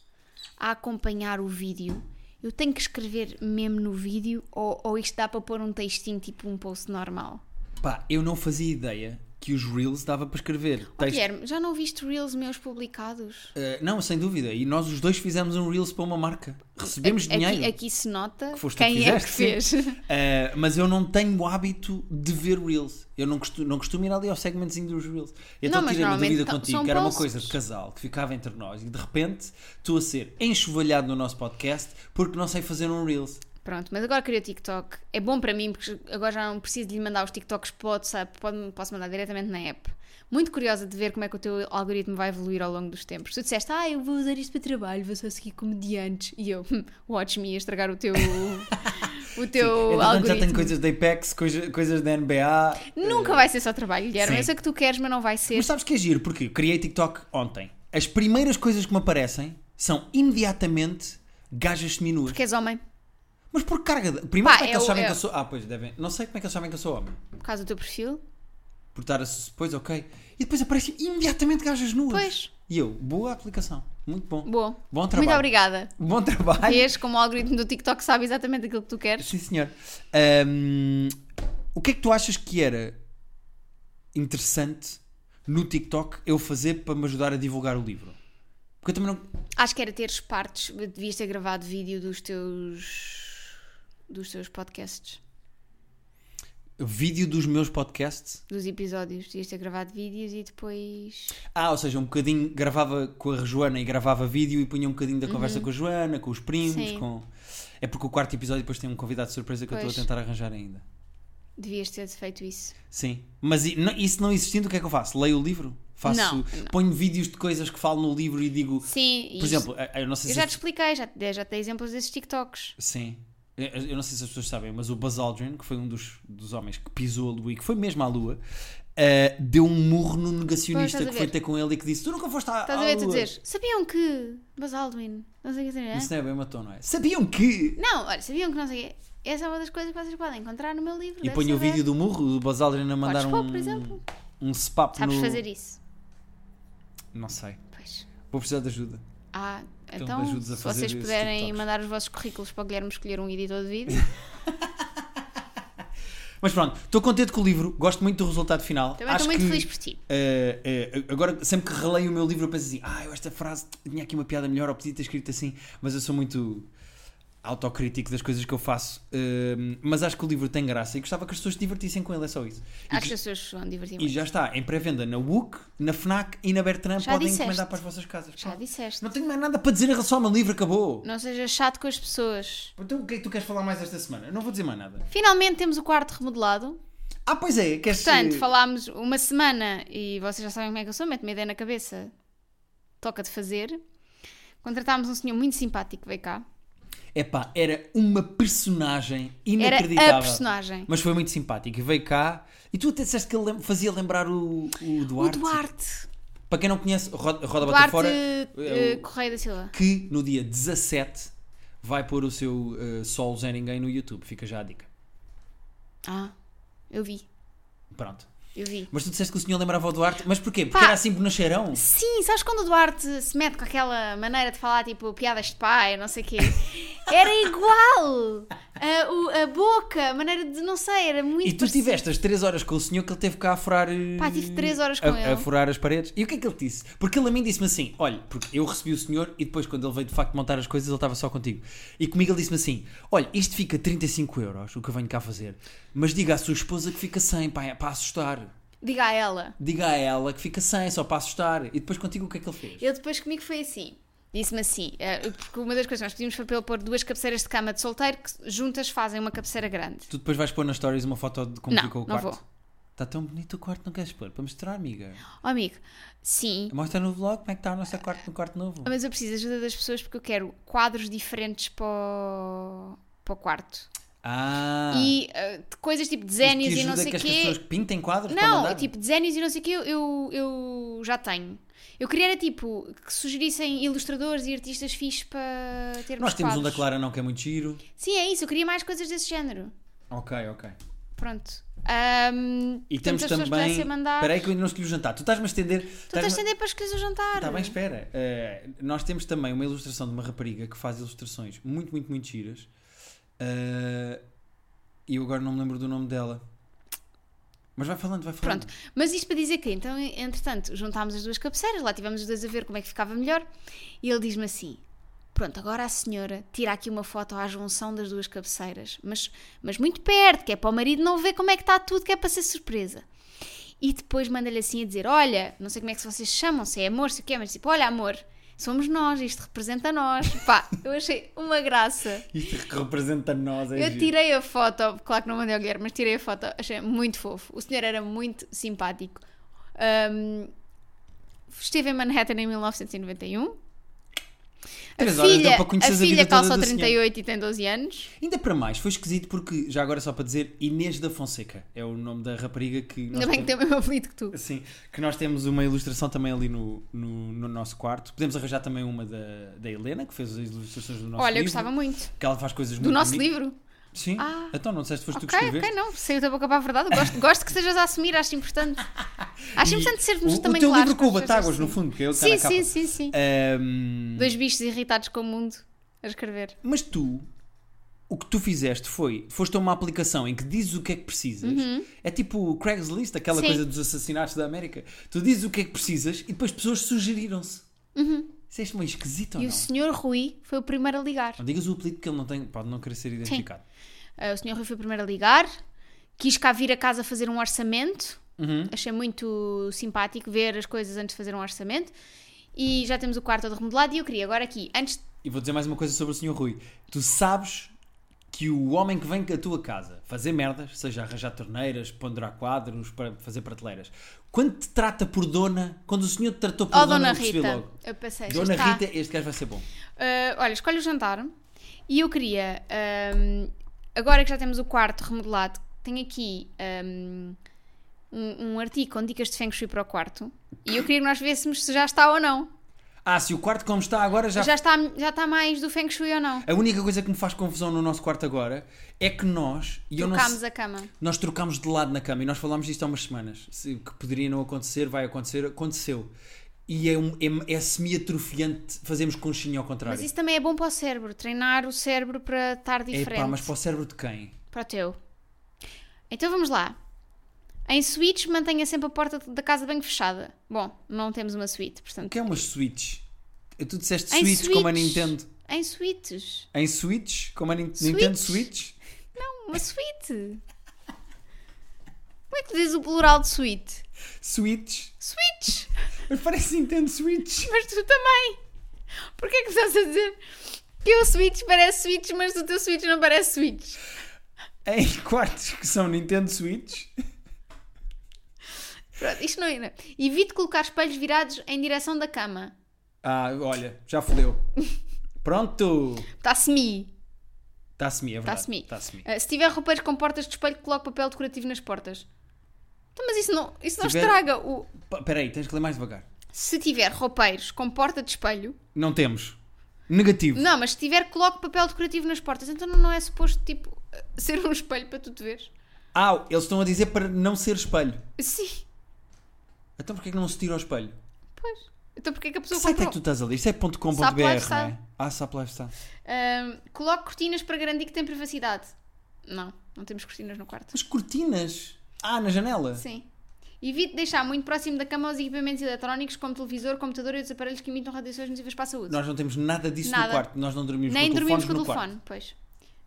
S2: a acompanhar o vídeo, eu tenho que escrever mesmo no vídeo ou, ou isto dá para pôr um textinho tipo um post normal?
S1: Pá, eu não fazia ideia que os Reels dava para escrever.
S2: Oh,
S1: texto.
S2: Guilherme, já não viste reels meus publicados?
S1: Eh, não, sem dúvida. E nós os dois fizemos um Reels para uma marca. Recebemos dinheiro.
S2: Aqui, aqui se nota
S1: Que foste tu
S2: quem
S1: que
S2: é que
S1: fizeste,
S2: fez.
S1: <laughs> Uh, mas eu não tenho o hábito de ver Reels. Eu não costumo, não costumo ir ali ao segmentozinho dos Reels. Eu estou
S2: Não,
S1: a
S2: mas
S1: tirar uma dúvida
S2: normalmente tão-
S1: contigo,
S2: são
S1: que era uma
S2: posts.
S1: coisa de casal que ficava entre nós e de repente estou a ser enxovalhado no nosso podcast porque não sei fazer um Reels.
S2: Pronto, mas agora queria o TikTok. É bom para mim porque agora já não preciso de lhe mandar os TikToks para o WhatsApp, pode- posso mandar diretamente na app. Muito curiosa de ver como é que o teu algoritmo vai evoluir ao longo dos tempos. Tu disseste, ah, eu vou usar isto para trabalho, vou só seguir comediantes. E eu, "Hum, watch me a estragar
S1: <laughs>
S2: o teu, o teu
S1: Entretanto, já
S2: algoritmo.
S1: tenho coisas da Apex, coisa- coisas da NBA.
S2: Nunca vai ser só trabalho, Guilherme.
S1: Sim.
S2: Eu sei que tu queres, mas não vai ser.
S1: Mas sabes que é giro? Porque eu criei TikTok ontem. As primeiras coisas que me aparecem são imediatamente gajas seminuas.
S2: Porque és homem,
S1: Mas por carga. de- Primeiro,
S2: Pá,
S1: como é que eles
S2: eu-
S1: sabem
S2: eu-
S1: que eu sou. Ah, pois, devem. Não sei como é que eles sabem que eu sou homem.
S2: por causa do teu perfil.
S1: por estar a se- pois ok. E depois aparecem imediatamente gajas nuas.
S2: Pois.
S1: E eu, boa aplicação. Muito bom.
S2: Bom,
S1: Bom trabalho.
S2: muito obrigada.
S1: Bom trabalho.
S2: Vês como o algoritmo do TikTok sabe exatamente aquilo que tu queres.
S1: Sim, senhor. Ahm, o que é que tu achas que era interessante no TikTok eu fazer para me ajudar a divulgar o livro? Porque eu também não.
S2: Acho que era teres partes, devias ter gravado vídeo dos teus dos teus podcasts,
S1: Vídeo dos meus podcasts.
S2: dos episódios, devias ter gravado vídeos e depois
S1: Ah, ou seja, um bocadinho gravava com a Joana e gravava vídeo e punha um bocadinho da conversa com a Joana, com os primos,
S2: Uhum. Sim.
S1: com. É porque o quarto episódio depois tem um convidado de surpresa que eu
S2: Pois.
S1: estou a tentar arranjar ainda.
S2: devias ter feito isso.
S1: Sim, mas i- não- isso não existindo, o que é que eu faço? Leio o livro? Faço,
S2: Não, não.
S1: Ponho vídeos de coisas que falo no livro e digo.
S2: Sim,
S1: por exemplo, eh, eu não sei
S2: eu
S1: se.
S2: já
S1: as-
S2: te expliquei, já te, dei- já te dei exemplos desses TikToks.
S1: Sim. Eu eu não sei se as pessoas sabem, mas o Buzz Aldrin, que foi um dos, dos homens que pisou a Lua e que foi mesmo à Lua, eh, deu um murro no
S2: Pois,
S1: negacionista
S2: estás a
S1: que foi
S2: ver.
S1: ter com ele e que disse: Tu nunca foste à,
S2: Estás
S1: à
S2: a ver, tu
S1: Lua.
S2: dizes, sabiam que Buzz Aldrin, não sei o que dizer, é?
S1: Isso não é bem matou, não é? Sabiam que.
S2: Não, olha, sabiam que não sei o quê. Essa é uma das coisas que vocês podem encontrar no meu livro.
S1: E
S2: deve
S1: ponho o
S2: saber.
S1: vídeo do murro do Buzz Aldrin a mandar
S2: pôr,
S1: um.
S2: por exemplo.
S1: Um sepap
S2: Sabes
S1: no.
S2: fazer isso?
S1: Não sei.
S2: Pois.
S1: Vou precisar de ajuda.
S2: Ah,
S1: Então
S2: então,
S1: ajudes a
S2: se
S1: fazer
S2: vocês
S1: esses
S2: puderem
S1: TikToks.
S2: mandar os vossos currículos para o Guilherme escolher um editor de
S1: <laughs>
S2: vídeo,
S1: Mas pronto, estou contente com o livro, gosto muito do resultado final.
S2: também
S1: Acho
S2: estou muito
S1: que,
S2: feliz por ti.
S1: eh, eh, agora, sempre que releio o meu livro, eu penso assim: ah, eu esta frase tinha aqui uma piada melhor, ou podia ter escrito assim, mas eu sou muito autocrítico das coisas que eu faço. eh, mas acho que o livro tem graça e gostava que as pessoas se divertissem com ele, é só isso. E,
S2: Acho
S1: que-
S2: que as pessoas vão divertir
S1: e
S2: muito.
S1: já está, em pré-venda na WUC, na FNAC e na Bertrand,
S2: Já
S1: podem
S2: disseste.
S1: encomendar para as vossas casas.
S2: Já
S1: Pronto.
S2: disseste.
S1: Não tenho mais nada para dizer em relação ao meu livro, acabou.
S2: Não seja chato com as pessoas.
S1: Então o que é que tu queres falar mais esta semana? Eu Não vou dizer mais nada.
S2: Finalmente temos o quarto remodelado.
S1: Ah, pois é, queres.
S2: Portanto,
S1: eh,
S2: falámos uma semana e vocês já sabem como é que eu sou, mete-me a ideia na cabeça. Toca de fazer. Contratámos um senhor muito simpático que veio cá.
S1: Epá, era uma personagem
S2: Era
S1: inacreditável.
S2: a personagem.
S1: Mas foi muito simpático. E veio cá. E tu até disseste que ele lem- fazia lembrar o, o
S2: O
S1: Duarte.
S2: Duarte.
S1: Para quem não conhece, Roda, roda Bota
S2: Duarte
S1: Fora,
S2: eh,
S1: é o-
S2: Correia da Silva.
S1: que no dia 17 vai pôr o seu eh, Sol Zé Ninguém no YouTube. Fica já a dica.
S2: Ah, eu vi.
S1: Pronto.
S2: Eu vi.
S1: Mas tu disseste que o senhor lembrava o Duarte. Mas porquê? Porque
S2: Pá.
S1: era assim bonacheirão?
S2: Sim, sabes quando o Duarte se mete com aquela maneira de falar tipo piadas de pai, não sei o quê? Era igual! a, o- a boca, a maneira de não sei, era muito.
S1: E tu
S2: parecida.
S1: tiveste as 3 horas com o senhor que ele teve cá a furar. eh,
S2: Pá, tive três horas com
S1: a,
S2: ele.
S1: A furar as paredes. E o que é que ele disse? Porque ele a mim disse-me assim: olha, porque eu recebi o senhor e depois, quando ele veio de facto montar as coisas, ele estava só contigo. E comigo ele disse-me assim: olha, isto fica 35 euros, o que eu venho cá fazer. Mas diga à sua esposa que fica 100, pá, é para assustar.
S2: Diga a ela.
S1: Diga a ela que fica 100, só para assustar. E depois contigo o que é que ele fez?
S2: Ele depois comigo foi assim. Disse-me assim, eh, porque uma das coisas que nós pedimos foi para ele pôr duas cabeceiras de cama de solteiro que juntas fazem uma cabeceira grande.
S1: Tu depois vais pôr nas stories uma foto de como
S2: Não,
S1: ficou o
S2: não
S1: quarto. Está tão bonito o quarto, não queres pôr? Para mostrar, amiga.
S2: Oh, amigo, sim,
S1: Mostra no vlog como é que está o nosso quarto, no quarto novo.
S2: mas eu preciso da ajuda das pessoas porque eu quero quadros diferentes para o, para o quarto.
S1: Ah!
S2: E eh, de coisas tipo
S1: Isto
S2: desenhos
S1: que
S2: e não
S1: ajuda
S2: sei o
S1: é que
S2: quê.
S1: as pessoas pintem quadros para
S2: Não,
S1: mandar?
S2: tipo, desenhos e não sei o que eu, eu, eu já tenho. Eu queria era tipo que sugerissem ilustradores e artistas fixes para termos
S1: Nós temos um da
S2: quadros.
S1: Clara não que é muito giro.
S2: Sim, é isso, eu queria mais coisas desse género.
S1: Ok, ok.
S2: Pronto. Ahm,
S1: E
S2: portanto,
S1: temos
S2: as pessoas
S1: também...
S2: pudessem mandar.
S1: Espera aí que eu ainda não escolhi o jantar. Tu estás-me a estender...
S2: Tu estás a para escolher o jantar.
S1: Está Tá bem, espera. Uh, nós temos também uma ilustração de uma rapariga que faz ilustrações muito, muito, muito giras. Uh, E eu agora não me lembro do nome dela. Mas vai falando, vai falando.
S2: Pronto, mas isto para dizer que, então, entretanto, juntámos as duas cabeceiras, lá tivemos os dois a ver como é que ficava melhor, e ele diz-me assim: Pronto, agora a senhora tira aqui uma foto à junção das duas cabeceiras, mas, mas muito perto, que é para o marido não ver como é que está tudo, que é para ser surpresa. E depois manda-lhe assim a dizer: Olha, não sei como é que vocês se chamam, se é amor, se o que é, mas tipo, olha, amor, somos nós, isto representa nós. Pá, eu achei uma graça.
S1: Isto é que representa nós. É
S2: Eu
S1: giro.
S2: tirei a foto, claro que não mandei ao Guilherme, mas tirei a foto, achei muito fofo. O senhor era muito simpático. Ahm, esteve em Manhattan em 1991. A
S1: Três horas deu
S2: filha,
S1: para conheceres
S2: a
S1: a
S2: filha
S1: vida toda
S2: calça
S1: do senhor.
S2: 38 e tem 12 anos.
S1: Ainda para mais, foi esquisito porque, já agora só para dizer, Inês da Fonseca é o nome da rapariga que nós
S2: Ainda bem que
S1: temos- é
S2: tem o mesmo apelido que tu.
S1: Sim, que nós temos uma ilustração também ali no, no, no nosso quarto. Podemos arranjar também uma da, da Helena, que fez as ilustrações do nosso
S2: Olha, eu
S1: livro.
S2: gostava muito.
S1: Que ela faz coisas
S2: Do
S1: muito
S2: nosso
S1: boni-
S2: livro?
S1: Sim.
S2: Ah.
S1: Então, não disseste, foste tu que
S2: Ok,
S1: escreveste.
S2: ok, não. Saiu da boca para a verdade. Gosto, gosto que estejas a assumir,
S1: <laughs>
S2: acho importante. Acho
S1: E
S2: importante sermos
S1: o, O
S2: também
S1: teu
S2: claros
S1: livro
S2: com as
S1: com o
S2: pessoas
S1: Batáguas, no
S2: assim.
S1: fundo, que é ele que
S2: Sim,
S1: está na
S2: sim,
S1: capa.
S2: sim, sim.
S1: Ahm,
S2: Dois bichos irritados com o mundo a escrever.
S1: Mas tu, o que tu fizeste foi, foste a uma aplicação em que dizes o que é que precisas. É tipo o Craigslist, aquela
S2: Uhum. Sim.
S1: coisa dos assassinatos da América. Tu dizes o que é que precisas e depois pessoas sugeriram-se. Isso é meio esquisito ou
S2: Uhum. E
S1: não?
S2: o senhor Rui foi o primeiro a ligar.
S1: Não digas o apelido que ele não tem, pode não querer ser identificado.
S2: Ah, o senhor Rui foi o primeiro a ligar, quis cá vir a casa fazer um orçamento.
S1: Uhum.
S2: Achei muito simpático ver as coisas antes de fazer um orçamento. E já temos o quarto todo remodelado. E eu queria agora aqui, antes.
S1: E vou dizer mais uma coisa sobre o Sr. Rui. Tu sabes que o homem que vem à tua casa fazer merdas, seja arranjar torneiras, pendurar quadros, para fazer prateleiras, quando te trata por dona, quando o senhor te tratou por
S2: Oh,
S1: dona,
S2: Dona
S1: eu percebi
S2: Rita!
S1: logo.
S2: Eu pensei, já
S1: Dona
S2: está.
S1: Rita, este gajo vai ser bom.
S2: Ah, olha, escolhe o jantar. E eu queria, ahm, agora que já temos o quarto remodelado, tenho aqui ahm, um, um artigo com dicas de Feng Shui para o quarto. E eu queria que nós vêssemos se já está ou não.
S1: Ah, se o quarto como está agora já...
S2: Já está, já está mais do Feng Shui ou não?
S1: A única coisa que me faz confusão no nosso quarto agora é que nós... E eu não
S2: Trocámos
S1: sei-
S2: a cama.
S1: Nós trocámos de lado na cama e nós falámos disto há umas semanas. Se, que poderia não acontecer, vai acontecer, aconteceu. E é, um, é, é semi-atrofiante fazermos conchinha ao contrário.
S2: Mas isso também é bom para o cérebro, treinar o cérebro para estar diferente.
S1: Epá, mas para o cérebro de quem?
S2: Para o teu. Então vamos lá. Em suítes, mantenha sempre a porta da casa bem fechada. Bom, não temos uma suíte,
S1: O
S2: portanto.
S1: que é umas switches? Tu disseste
S2: Em
S1: switches como a
S2: suítes.
S1: Nintendo.
S2: Em suítes.
S1: Em switches? Como a Nin- Nintendo Switch?
S2: Uma suíte. Como é que diz o plural de suíte?
S1: Switches?
S2: Suítes! <laughs>
S1: Mas parece Nintendo Switch.
S2: Mas tu também. Porquê é que estás a dizer que o suítes parece suítes, mas o teu suítes não parece suítes?
S1: Em quartos que são Nintendo Switch.
S2: Pronto, isto não é. não. Evite colocar espelhos virados em direção da cama.
S1: Ah, olha, já fodeu. Pronto.
S2: Tá Está-se-me.
S1: Está-se me, é verdade.
S2: Está-se-me.
S1: Está-se-me.
S2: Ah, se tiver roupeiros com portas de espelho, coloque papel decorativo nas portas. Então, mas isso não, isso não
S1: tiver-
S2: estraga o.
S1: Espera aí, tens que ler mais devagar.
S2: Se tiver roupeiros com porta de espelho.
S1: Não temos. Negativo.
S2: Não, mas se tiver, coloque papel decorativo nas portas. Então não não é suposto, tipo, <laughs> ser um espelho para tu te veres.
S1: Ah, eles estão a dizer para não ser espelho. é
S2: Sim,
S1: Então porquê que não se tira o espelho?
S2: pois. Então porquê que a
S1: Que
S2: pessoa
S1: site é que
S2: comprou?
S1: tu estás a ler? Isto é .com.br,
S2: Sapo
S1: não é?
S2: Lifestyle.
S1: Ah, Sapo Lifestyle.
S2: Ahm, Ah, coloque cortinas para garantir que tem privacidade. Não, não temos cortinas no quarto.
S1: Mas cortinas? Ah, na janela?
S2: Sim. Evite deixar muito próximo da cama os equipamentos eletrónicos como televisor, computador e outros aparelhos que imitam radiações nocivas para a saúde.
S1: Nós não temos nada disso no
S2: Nada.
S1: quarto. Nós não dormimos
S2: Nem
S1: com
S2: dormimos
S1: telefones
S2: com o
S1: no
S2: telefone, pois.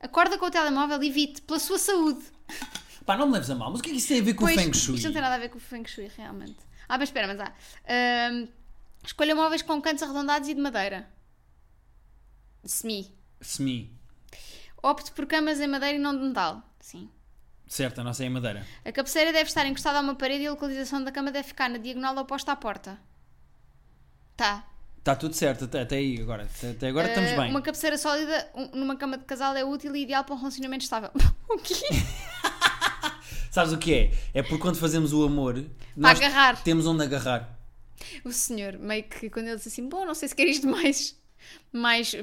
S2: Acorda com o telemóvel e evite, pela sua saúde.
S1: quarto. Pá, não me leves a mal. Mas o que é que isso tem a ver com
S2: pois,
S1: o Feng Shui?
S2: Isto não tem nada a ver com o Feng Shui, realmente. Ah, mas espera, mas há. Ahm, escolha móveis com cantos arredondados e de madeira. Semi.
S1: Semi.
S2: Opte por camas em madeira e não de metal. Sim.
S1: Certo, a nossa é em madeira.
S2: A cabeceira deve estar encostada a uma parede e a localização da cama deve ficar na diagonal oposta à porta. Tá.
S1: Está tudo certo até, até aí agora. Até, até agora
S2: Ah,
S1: estamos bem.
S2: Uma cabeceira sólida um- numa cama de casal é útil e ideal para um relacionamento estável. <laughs> o quê?
S1: Sabes o que é? É porque quando fazemos o amor,
S2: agarrar.
S1: temos onde agarrar.
S2: O senhor, meio que quando ele disse assim, bom, não sei se quer isto mais, mais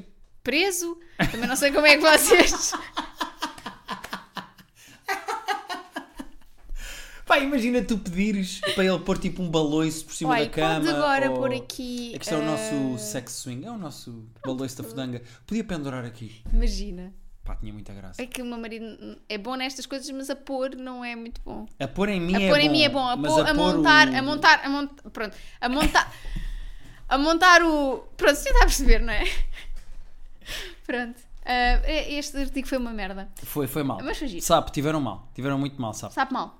S2: preso, também não sei como é que vocês. <laughs>
S1: Pá, imagina tu pedires para ele pôr tipo um baloiço por cima
S2: Olha,
S1: da cama.
S2: pode agora
S1: ou-
S2: pôr aqui.
S1: É que isto é o
S2: ah,
S1: nosso sex swing, é o nosso baloiço da fudanga. Podia pendurar aqui.
S2: Imagina.
S1: Pá, tinha muita graça.
S2: É que o meu marido é bom nestas coisas, mas a pôr não é muito bom.
S1: A pôr em mim
S2: A
S1: é
S2: pôr
S1: bom.
S2: em mim é bom, a,
S1: mas
S2: pôr,
S1: pôr
S2: a montar,
S1: o-
S2: a montar, a montar, pronto, a montar, a montar o, pronto, você está a perceber, não é? <laughs> Pronto, Ah, e- este artigo foi uma merda,
S1: Foi, foi mal.
S2: Mas foi giro.
S1: Sapo, tiveram mal. Tiveram muito mal, sapo.
S2: sabe mal,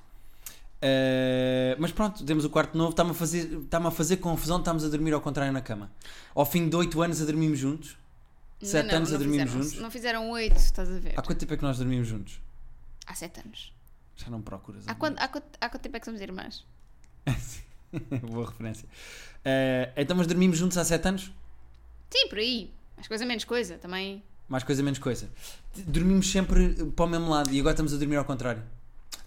S1: Uh, mas pronto, temos o quarto novo, está-me a, fazer- está-me a fazer confusão, estamos a dormir ao contrário na cama. Ao fim de 8 anos a dormimos juntos, 7
S2: Não,
S1: anos
S2: não,
S1: a dormimos
S2: fizeram,
S1: juntos.
S2: Não fizeram oito, estás a ver,
S1: Há quanto tempo é que nós dormimos juntos?
S2: há sete anos,
S1: Já não procuras.
S2: há quanto, há, quanto, há quanto tempo é que somos irmãs?
S1: <laughs> Boa referência. Uh, então, mas dormimos juntos há 7 anos?
S2: Sim, por aí, mais coisa menos coisa, também,
S1: Mais coisa, menos coisa. D- Dormimos sempre uh, para o mesmo lado e agora estamos a dormir ao contrário.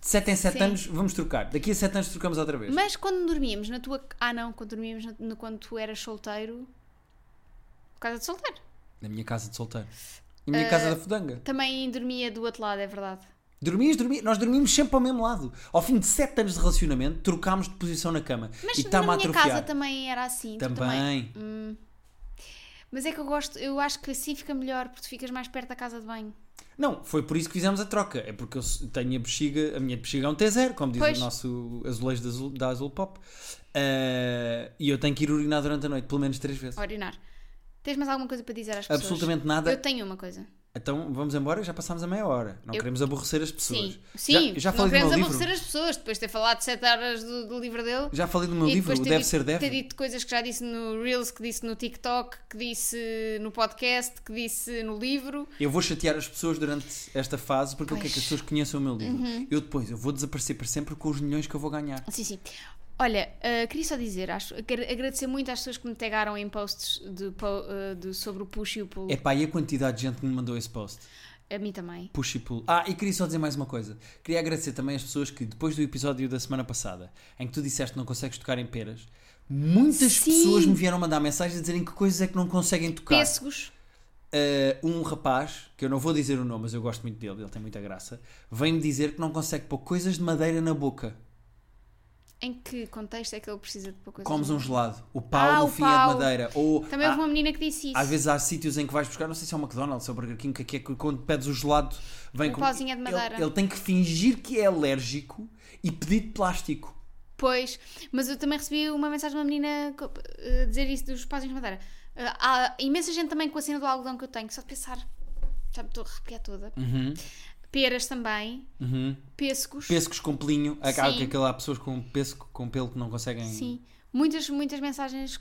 S1: De 7 em 7
S2: Sim.
S1: anos, vamos trocar. Daqui a 7 anos trocamos outra vez.
S2: mas quando dormíamos na tua, ah não, quando dormíamos na- no- quando tu eras solteiro, casa de solteiro,
S1: Na minha casa de solteiro. Na
S2: Eh,
S1: minha casa da fudanga.
S2: também dormia do outro lado, é verdade.
S1: Dormias, dormias, nós dormimos sempre ao mesmo lado. Ao fim de 7 anos de relacionamento, trocámos de posição na cama.
S2: Mas
S1: e
S2: na
S1: está-me a
S2: minha casa
S1: atrofiar.
S2: também era assim. tu também.
S1: também. Hum.
S2: Mas é que eu gosto, eu acho que assim fica melhor, porque tu ficas mais perto da casa de banho.
S1: Não, foi por isso que fizemos a troca. É porque eu s- tenho a bexiga, a minha bexiga é um T0, como diz
S2: Pois.
S1: o nosso azulejo da Azul, da Azul Pop. Eh, e eu tenho que ir urinar durante a noite, pelo menos 3 vezes.
S2: Orinar. Tens mais alguma coisa para dizer às pessoas?
S1: Absolutamente nada.
S2: Eu tenho uma coisa.
S1: Então vamos embora, já passámos a meia hora. Não queremos aborrecer as pessoas.
S2: Sim, sim.
S1: já, já
S2: não
S1: falei do
S2: queremos
S1: meu
S2: aborrecer
S1: livro.
S2: as pessoas depois de ter falado 7 horas do, do livro dele.
S1: Já falei do meu livro, o
S2: depois ter
S1: Deve
S2: dito-
S1: Ser
S2: Ter
S1: Deve.
S2: dito coisas que já disse no Reels, que disse no TikTok, que disse no podcast, que disse no livro.
S1: Eu vou chatear as pessoas durante esta fase porque eu quero
S2: Pois. Uhum.
S1: que as pessoas conheçam o meu livro. Eu depois, eu vou desaparecer para sempre com os milhões que eu vou ganhar.
S2: Sim, sim. Olha, ah, queria só dizer, acho, quero agradecer muito às pessoas que me tagaram em posts de, po- ah, de- sobre o push e o pull.
S1: É pá, e a quantidade de gente que me mandou esse post? É
S2: A mim também.
S1: Push e pull. Ah, e queria só dizer mais uma coisa. Queria agradecer também às pessoas que, depois do episódio da semana passada, em que tu disseste que não consegues tocar em peras, muitas
S2: Sim.
S1: pessoas me vieram mandar mensagens a dizerem que coisas é que não conseguem tocar.
S2: Pêssegos.
S1: Uh, um rapaz, que eu não vou dizer o nome, mas eu gosto muito dele, ele tem muita graça, vem-me dizer que não consegue pôr coisas de madeira na boca.
S2: Em que contexto é que ele precisa de pouca coisa?
S1: Comes um gelado. O pau
S2: Ah,
S1: no
S2: o
S1: fim é
S2: pau.
S1: de madeira. Ou
S2: Também
S1: há-
S2: houve uma menina que disse isso.
S1: às vezes há sítios em que vais buscar, não sei se é o McDonald's ou o Burger King, que aqui é que quando pedes o gelado vem
S2: Um
S1: com.
S2: pauzinho é de madeira.
S1: Ele, ele tem que fingir que é alérgico e pedir de plástico.
S2: Pois, mas eu também recebi uma mensagem de uma menina co- eh, dizer isso dos pauzinhos de madeira. Eh, há imensa gente também com a cena do algodão que eu tenho, só de pensar. Já me estou a arrepiar toda.
S1: Uhum.
S2: Peras também. Pêssegos.
S1: Pêssegos com pelinho. Acaba
S2: Sim.
S1: que aquilo há pessoas com pesco, com pelo que não conseguem.
S2: Sim. Muitas, muitas mensagens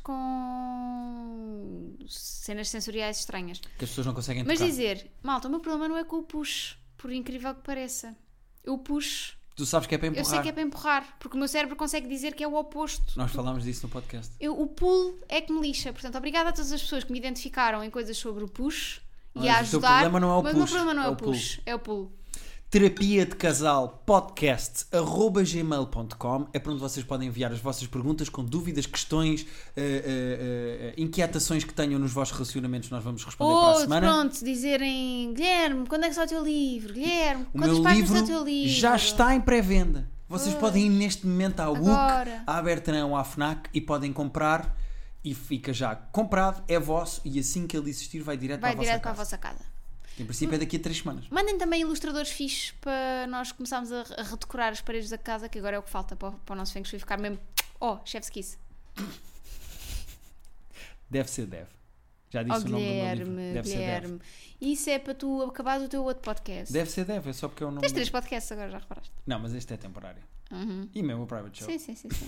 S2: com cenas sensoriais estranhas.
S1: Que as pessoas não conseguem
S2: Mas
S1: tocar.
S2: dizer, malta, o meu problema não é com o push, por incrível que pareça. Eu push,
S1: Tu sabes que é para
S2: eu
S1: empurrar.
S2: sei que é para empurrar, porque o meu cérebro consegue dizer que é o oposto.
S1: Nós falámos disso no podcast.
S2: Eu- o pull é que me lixa. Portanto, obrigada a todas as pessoas que me identificaram em coisas sobre o push e
S1: Mas o
S2: a
S1: teu
S2: ajudar.
S1: problema não é o
S2: mas meu
S1: push,
S2: problema não é,
S1: é
S2: o
S1: o pull.
S2: push, é o pull.
S1: terapia de casal podcast arroba gmail.com é para onde vocês podem enviar as vossas perguntas com dúvidas, questões eh, eh, eh, inquietações que tenham nos vossos relacionamentos nós vamos responder é para a
S2: Ou,
S1: semana
S2: pronto, dizerem Guilherme, quando é que sai o teu livro? Guilherme,
S1: o
S2: quantas
S1: meu
S2: páginas
S1: livro
S2: está o teu livro?
S1: já está em pré-venda vocês podem ir neste momento à
S2: Agora.
S1: WUC à Bertrand ou à FNAC e podem comprar e fica já comprado, é vosso e assim que ele existir vai direto
S2: Vai
S1: para a
S2: direto
S1: vossa
S2: para a
S1: casa.
S2: vossa casa.
S1: Em princípio é daqui a 3 semanas.
S2: Mandem também ilustradores fixes para nós começarmos a a redecorar as paredes da casa, que agora é o que falta para o, para o nosso Feng Shui ficar mesmo. Oh, chef's kiss.
S1: Deve ser deve. Já disse
S2: Oh,
S1: o nome do meu
S2: Guilherme,
S1: livro. Deve ser deve.
S2: Guilherme. Isso é para tu acabares o teu outro podcast.
S1: Deve ser deve, é só porque é o nome.
S2: Tens
S1: do-
S2: três podcasts agora, já reparaste?
S1: Não, mas este é temporário.
S2: Uhum.
S1: E mesmo o private show.
S2: Sim, sim, sim. sim.